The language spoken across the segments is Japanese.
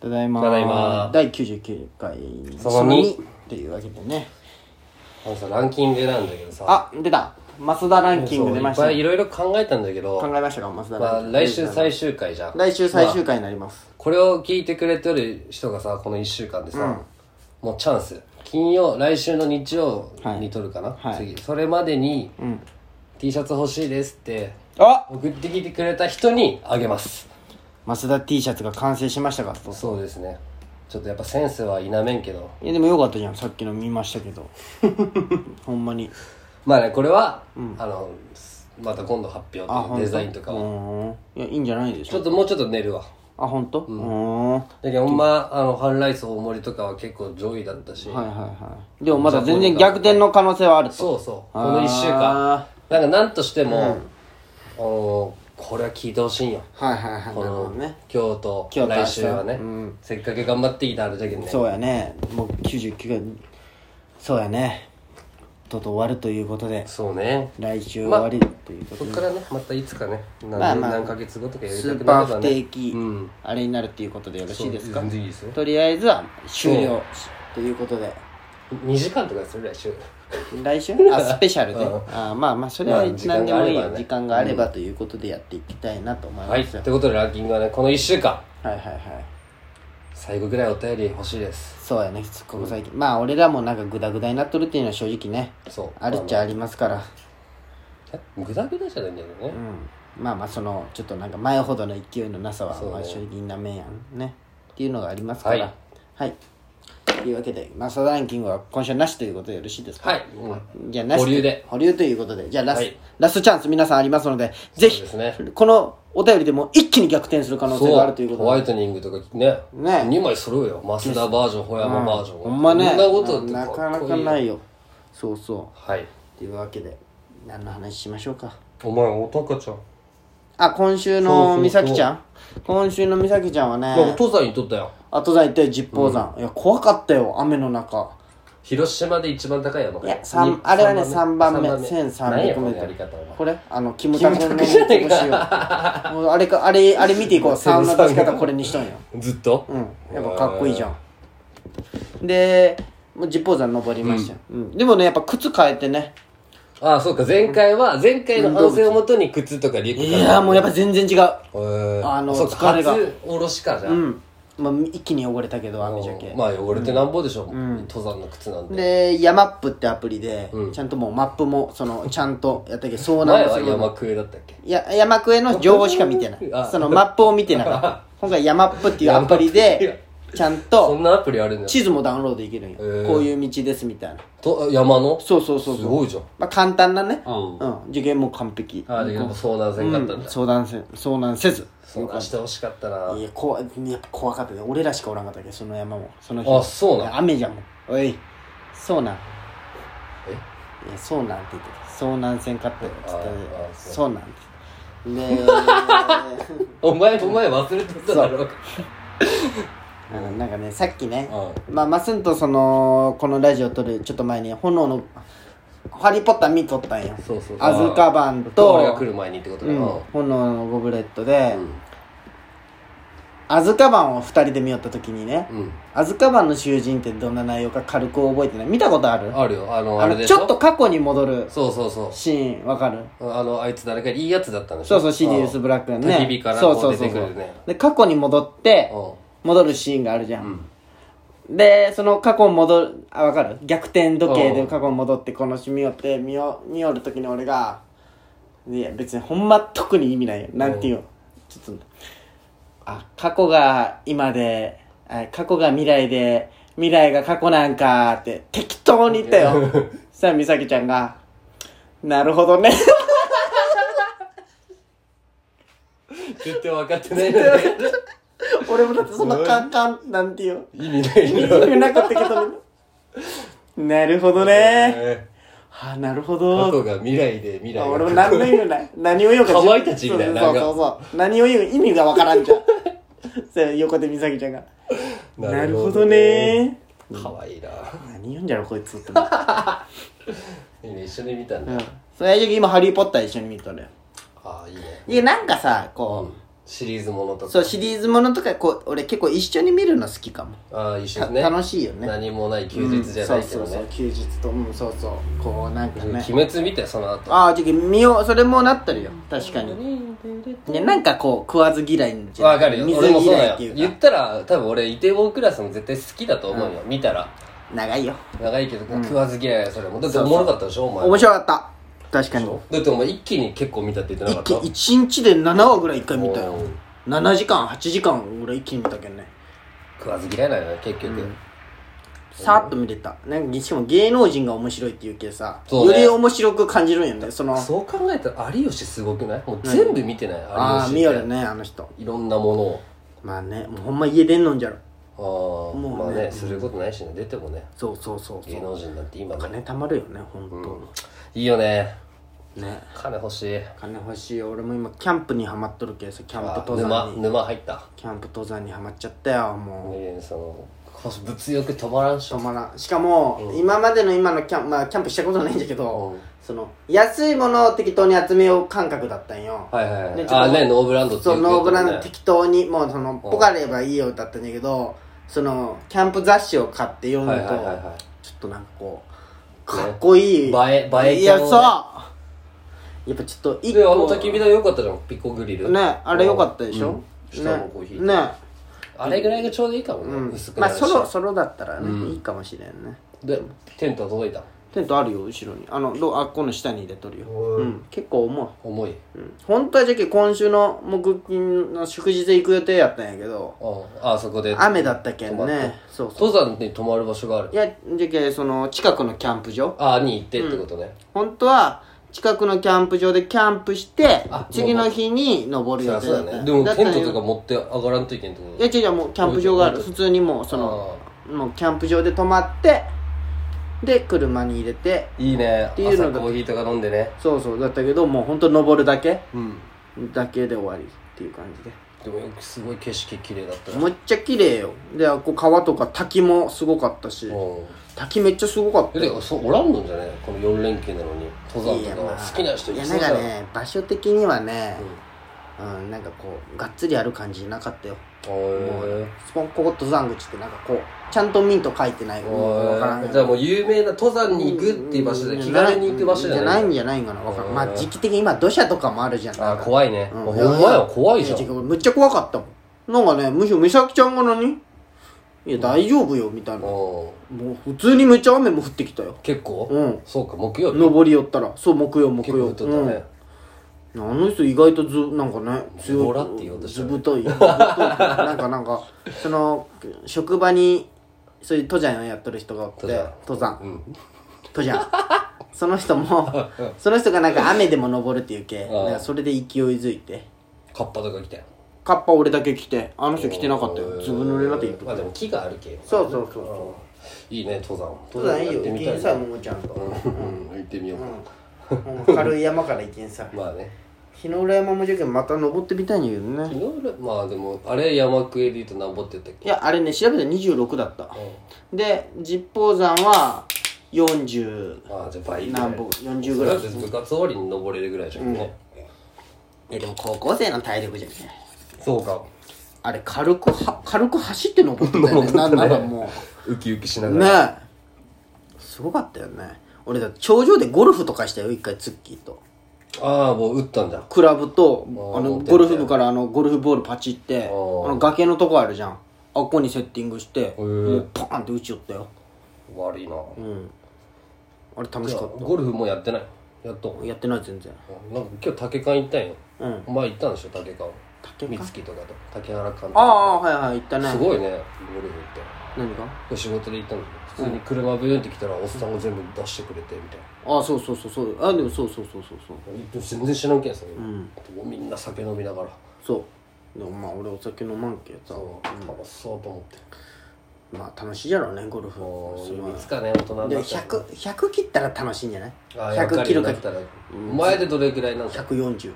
ただいまただいま第99回その二っていうわけでねあのさランキングなんだけどさあ出た増田ランキング出ましたそういっぱいいねろいろ考えたんだけど考えましたか増田まラあ、ンキング来週最終回じゃん来週最終まあ回になりますこれを聞いてくれてる人がさこの1週間でさ、もうチャンス金曜来週の日曜に撮るかな、はい次それまでに、ん T シャツ欲しいですってあ送ってきてくれた人にあげます増田 T シャツが完成しましたかとそうですねちょっとやっぱセンスは否めんけどいやでもよかったじゃんさっきの見ましたけど ほんまにまあねこれは、あのまた今度発あほん表デザインとかうはーんいやいいんじゃないでしちょっょともうちょっと寝るわあ本当？うーんはだけどほんまあの半ライス大盛りとかは結構上位だったし、いはいはいでもまだ全然逆転の可能性はあるとそうそうこあーの1週間なんか何としても、あのこれは聞いてほしいんよはいはいはいこなるほのどね今日と今日と明日来週はね、うんせっかく頑張ってきたあれだけどねそうやねもう99回そうやねとうとう終わるということでそうね来週終わりということそっで、からねまたいつかね何,、まあまあ何ヶ月後とかやりスたーくなパればー不ね定期、うんあれになるっていうことでよろしいですかそう全然いいですよとりあえずは終了ということで2時間とかする来週来週あスペシャルで、あまあまあそれはまあ時間何でもいいがあればね時間があればということでやっていきたいなと思いはまいすとよ、いうことでランキングはねこの1週間はいはいはい最後ぐらいお便り欲しいですそうやねここ最近、まあ俺らもなんかグダグダになっとるっていうのは正直ねそうあるっちゃありますから、えグダグダじゃないんだけどね、うん、まあまあそのちょっとなんか前ほどの勢いのなさはそうねまあ正直なめやんねっていうのがありますからはいはい、というわけでマスターランキングは今週なしということでよろしいですかはい、うんじゃあなしと保留で保留ということでじゃあラス,、はいラストチャンス皆さんありますのでぜひそうですこのお便りでも一気に逆転する可能性があるというホことワでイトニングとかねね2枚揃うよ増田バージョンホヤマバージョンがほんまねこんなことってななかっなこかないいよそうそはい。うというわけで何の話しましょうかお前、おたかちゃん。あ今週そうそうのそう美咲ちゃん今週の美咲ちゃんはねいやお父さんにとったよ。後山行って十方山、いや怖かったよ雨の中広島で一番高い山。いや三あれはね3番目1 3 0 0このやりル方お前これあのキムタクの三つ星をもうあれかあれあれ見てい こうサウナ出し方これにしとんよずっとうんやっぱかっこいいじゃんでもう十方山登りましたよ、うんでもねやっぱ靴変えてねああ、そうか。前回は、前回の反省をもとに靴とかリュックい買やもうやっぱ全然違うう。へえあのそうか疲れが初おろしかじゃ。うんん、まあ、一気に汚れたけど雨じゃけまあ、汚れてなんぼでしょ。登山の靴なんて。で、ヤマップってアプリで、ちゃんともうマップも、その、ちゃんとやったけど、そうなん前ですはよ。山クエだったっけいや山クエの情報しか見てないあそのマップを見てなか った今回ヤマップっていうアプリヤマッでちゃんそとんなアプリあるんだよ。地図もダウンロードできるんよ、ーこういう道ですみたいなと山のそうそうそうすそう、ごいじゃん。まあ、簡単なね、うんうん、受験も完璧ああ、で、やっぱ遭難せんかったんだ。相談せ相談せず。遭難してほしかったないや怖いやっぱ怖かったで俺らしかおらんかったけどその山もそのあそうなん雨じゃんもんおいそうなんえいやそうなんって言ってた遭難せんかったよっつったでああそそうなんっ てでお前、お前忘れてただろ。あのなんかねさっきね、うまあ、マスンとそのこのラジオ撮るちょっと前に炎の「ハリー・ポッター」見とったんよそうそうアズカバン俺が来と、る前にってことうだんな、炎のゴブレットで、アズカバンを2人で見よった時にね、うんアズカバンの囚人ってどんな内容か軽く覚えてない見たことあるあるよあのああのれでしちょょっと過去に戻るそうそうそシーンわかるうあのあいつ誰かいいやつだったんでしそょうそうシリウス・ブラックの焚ねき火からそうこそうう出そうてそくるうねで過去に戻ってうん戻るシーンがあるじゃん、でその過去に戻るあ分かる逆転時計で過去に戻ってこのシーン見よって見よ見よる時に俺がいや別にほんま特に意味ないよなんていうのちょっとあ過去が今であ過去が未来で未来が過去なんかって適当に言ったよ そしたら美咲ちゃんが「なるほ どね」絶対分かってないよね俺もだってそんなカンカンなんていう意味ない意よ味なかったけど なるほどねえはあなるほ過ど去が未来で未来あが俺も何の意味もない何を言おうかかまいたちみたいなそうそうそうそうそう何を言う意味がわからん じゃんそう横で美咲ちゃんが「なるほどねかわいいな何言うんじゃろこいつ」ってないいね一緒に見たんうだ、んそうやじ今「ハリー・ポッター」一緒に見とるよああいいねいやなんかさこう、シリーズものとそかうシリーズものとかこう俺結構一緒に見るの好きかも、ああ一緒たですね楽しいよね何もない休日じゃないけどうんそうそうそうね休日とうんそうそうこうなんかね鬼滅見てその後ああじゃあ見ようそれもなったるよ確かにねなんかこう食わず嫌いじゃないわかるよ水俺もそう嫌いだっていようか言ったら多分俺イテウォンクラスも絶対好きだと思うよ見たら長いよ長いけど食わず嫌いだよそれもだっておもろかったでしょお前面白かった確かにだってお前一気に結構見たって言ってな一か気った一日で7話ぐらい一回見たよおー7時間8時間ぐらい一気に見たけどね食わず嫌いなのよ結局さーっと見れたなんかしかも芸能人が面白いっていうけさ、そうねより面白く感じるんやねそのそう考えたら有吉すごくないもう全部見てないああ見有よ吉っるてねあの人いろんなものをまあねもうほんま家出んのんじゃろああもうねまあねすることないしね出てもねそうそうそうそ芸う能人なんて今ね金貯まるよねほんと、いいよねね金欲しい金欲しいよ俺も今キャンプにはまっとるけどさキャンプあ登山沼に沼入ったキャンプ登山にはまっちゃったよもねそのこう物欲止まらんっしう止ょまらんしかも、今までの今のキャン,、まあ、キャンプしたことないんだけど、その安いものを適当に集めよう感覚だったんよ、はいはいはねいちょっとあねノーブランドってそ言うってノーブランたドもんね適当にもうそのポカればいいよだったんだけどそのキャンプ雑誌を買って読むと、はいはいはいはいちょっとなんかこうかっこいい、ね映え映えいキャやンをねそうやっぱちょっと一であ個の焚き火台よかったじゃんピコグリルねあれ良かったでしょ、うん下ねのコーヒーねあれぐらいがちょうどいいかもね、うん薄くまなあるし、ソロソロだったらね、いいかもしれんねでテントは届いたテントあるよ後ろにあのどうあっこの下に入れとるよ、うん、結構重い重いうん本当はじゃけ今週の木金の祝日で行く予定やったんやけどああそこで雨だったけ泊んまっねてそうそう登山に泊まる場所があるいやじゃけその近くのキャンプ場ああに行ってってことね、本当は近くのキャンプ場でキャンプしてあ次の日に登るそり予ゃ定そだったうだねでもだったテんンやトとか持って上がらんといけんっていやこ違う違うもうキャンプ場がある置い普通にもうそのもうキャンプ場で泊まってで車に入れてといいねていうのが朝コーヒーとか飲んでねそうそうだったけどもう本当登るだけうんだけで終わりっていう感じででもよくすごい景色綺麗だったなむっちゃ綺麗よであっこ川とか滝もすごかったしうん滝めっちゃすごかったえよでそうおらんのんじゃねこの4連休なのに登山とかまあは好きな人いいやそなうんじゃかんね場所的にはねうんなんかこうがっつりある感じなかったよへスポンここ登山口ってなんかこうちゃんとミント書いてないえわからんけじゃあどもう有名な登山に行くっていう場所で気軽に行く場所じゃじゃなないいんじゃないんかなわからんまあうん時期的に今土砂とかもあるじゃんあー怖いね、うんほんまや怖いじゃんや違うむっちゃ怖かったもんなんかねむしろ美咲ちゃんが何いや大丈夫よみたいなもうんう普通にめっちゃ雨も降ってきたよ結構、うんそうか木曜日登り寄ったらそう木曜木結構曜降っとったね、うんあの人意外とずなんかね強いボラって言おうとしたずねぶといずぶとい なんかなんかその職場にそういう登山をやってる人がおって登山登山うん登山その人 もその人がなんか雨でも登るっていうけああなんかそれで勢いづいてカッパとか来たよカッパ俺だけ着てあの人着てなかったよずぶ濡れになって言っとまあでも木があるけそうそうそうそうんいいね登山登山いいやよってみ行たけんいさなももちゃんとうん行ってみようかもう軽い山から行けんさまあね日の浦山もじゃけんまた登ってみたいんやけどねいろいろまあでもあれ山区エリートなんぼって言ったっいけやあれね調べたら26だったうで実宝山は40んああじゃあ倍ぐらい何歩40ぐらいそれだって部活終わりに登れるぐらいじゃんねえでも高校生の体力じゃねそうかあれ軽くは軽く走って 登ってたよねなんならもウキウキしなうがねえらすごかったよね俺だって頂上でゴルフとかしたよ一回ツッキーとああもう打ったんだクラブとあーあの持ってってゴルフ部からあのゴルフボールパチってあーの崖のとこあるじゃんあっこにセッティングしてもーうパーンって打ちよったよ悪いなうんあれ楽しかっゴルフもやってないやっとたやってない全然なんか今日竹館行ったんようんお前行ったんでしょ竹館竹三月とかと竹原館とああかはいはい行ったねすごいねゴルフって何が今日仕事で行ったの普通に車ブーンって来たらおっさんが全部出してくれてみたいなあそうそうそうそうあでもそうそうそうそうそう全然知らんけんさ、んもうみんな酒飲みながらそうでもまあ俺お酒飲まんけさそう楽しそうと思ってまあ楽しいじゃろうねゴルフもそうういつかね大人にでなったら100 100切ったら楽しいんじゃないあやっぱ100りキロなかったら前でどれぐらいなんだ140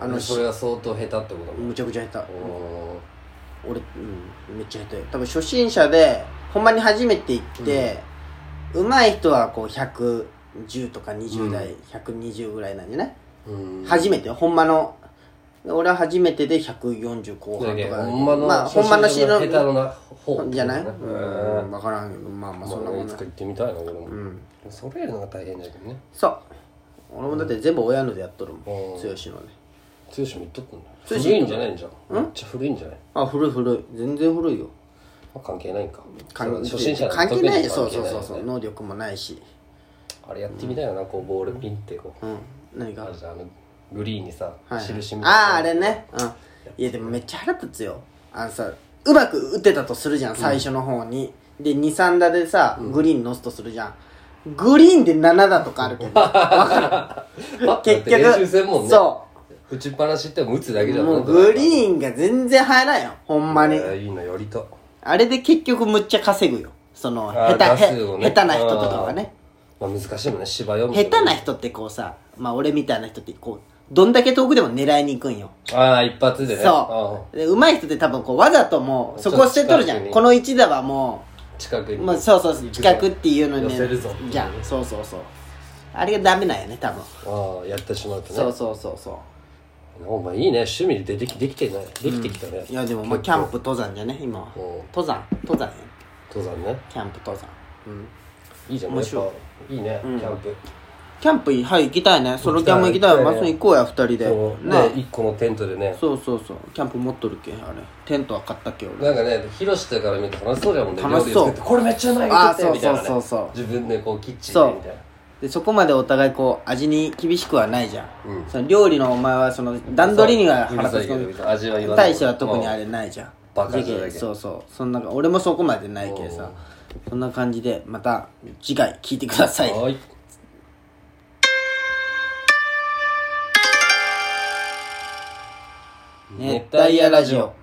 あのそれが相当下手ってことだもんむちゃくちゃ下手お俺、うん、めっちゃ下手よ多分初心者でほんまに初めて行って、上手い人はこう110とか20代、120ぐらいなんじゃない、ーうん初めてよほんまの俺は初めてで140後半とかほんまの、まあほんまの初し心者のの下手のな方じゃないうんうん分からんけどまあまあそんなまもあ、んいなつか行ってみたいな俺も、それやるのが大変だけどねそう俺もだって全部親のでやっとるもんうん剛のね剛も行っとったんだ古いんじゃないんじゃんめっちゃ古いんじゃないあ古い古い全然古いよまあ関係ないんか関そう初心者の関係ないそう特にそう関係そようそねう能力もないしあれやってみたいよなこうボールピンってこう、うん何あがるじゃんあのグリーンにさ、はい印みたいなあああれねうんいやでもめっちゃ腹立つよあのさうまく打てたとするじゃん最初の方に、で23打でさグリーン乗すとするじゃんグリーンで7打とかあるけどわ かパるッとやっ結て局練習せんもんねそ打ちっぱなしっても打つだけじうゃんもうグーンリーンが全然入らんよほんまにいいのよりとあれで結局むっちゃ稼ぐよそのあ下ー手出すよへね下手な人とかはねまあ難しいもんね芝読む下手な人人ってこうさまあ俺みたいな人ってこうどんだけ遠くでも狙いに行くんよああ一発でねそあうで上手い人って多分こうわざともうちょそっとこ捨てとるじゃ近くんにこの一打はもあ近くう、にまあ、そうそうそう近くっていうのに、寄せるぞっていうじゃんそうそうそうあれがダメなんよね多分ああやってしまうとねそうそうそうそお前いいね趣味でできできてないできてきたね、ういやでもまあキャンプ登山じゃね今はうん登山登山や登山ねキャンプ登山うんいいじゃん面白いやっぱいいね、キャンプキャンプいはい行きたいねソロキャンも行きたい行きたいまあそれ行こうや二人でそうねね一個のテントでねそうそうそうキャンプ持っとるけあれテントは買ったっけ俺なんかねヒロシとかから見て楽しそうだもんね楽しそう料理作ってこれめっちゃうまいよあー作ってみたいなねそうそうそう自分でこうキッチンそうでみたいなでそこまでお互いこう味に厳しくはないじゃん、うんその料理のお前はその段取りには腹立つうるさいけど味は言わない大しては特にあれないじゃんバカじゃだけそうそうそんな俺もそこまでないけどさそんな感じでまた次回聞いてくださいはい熱帯夜ラジオ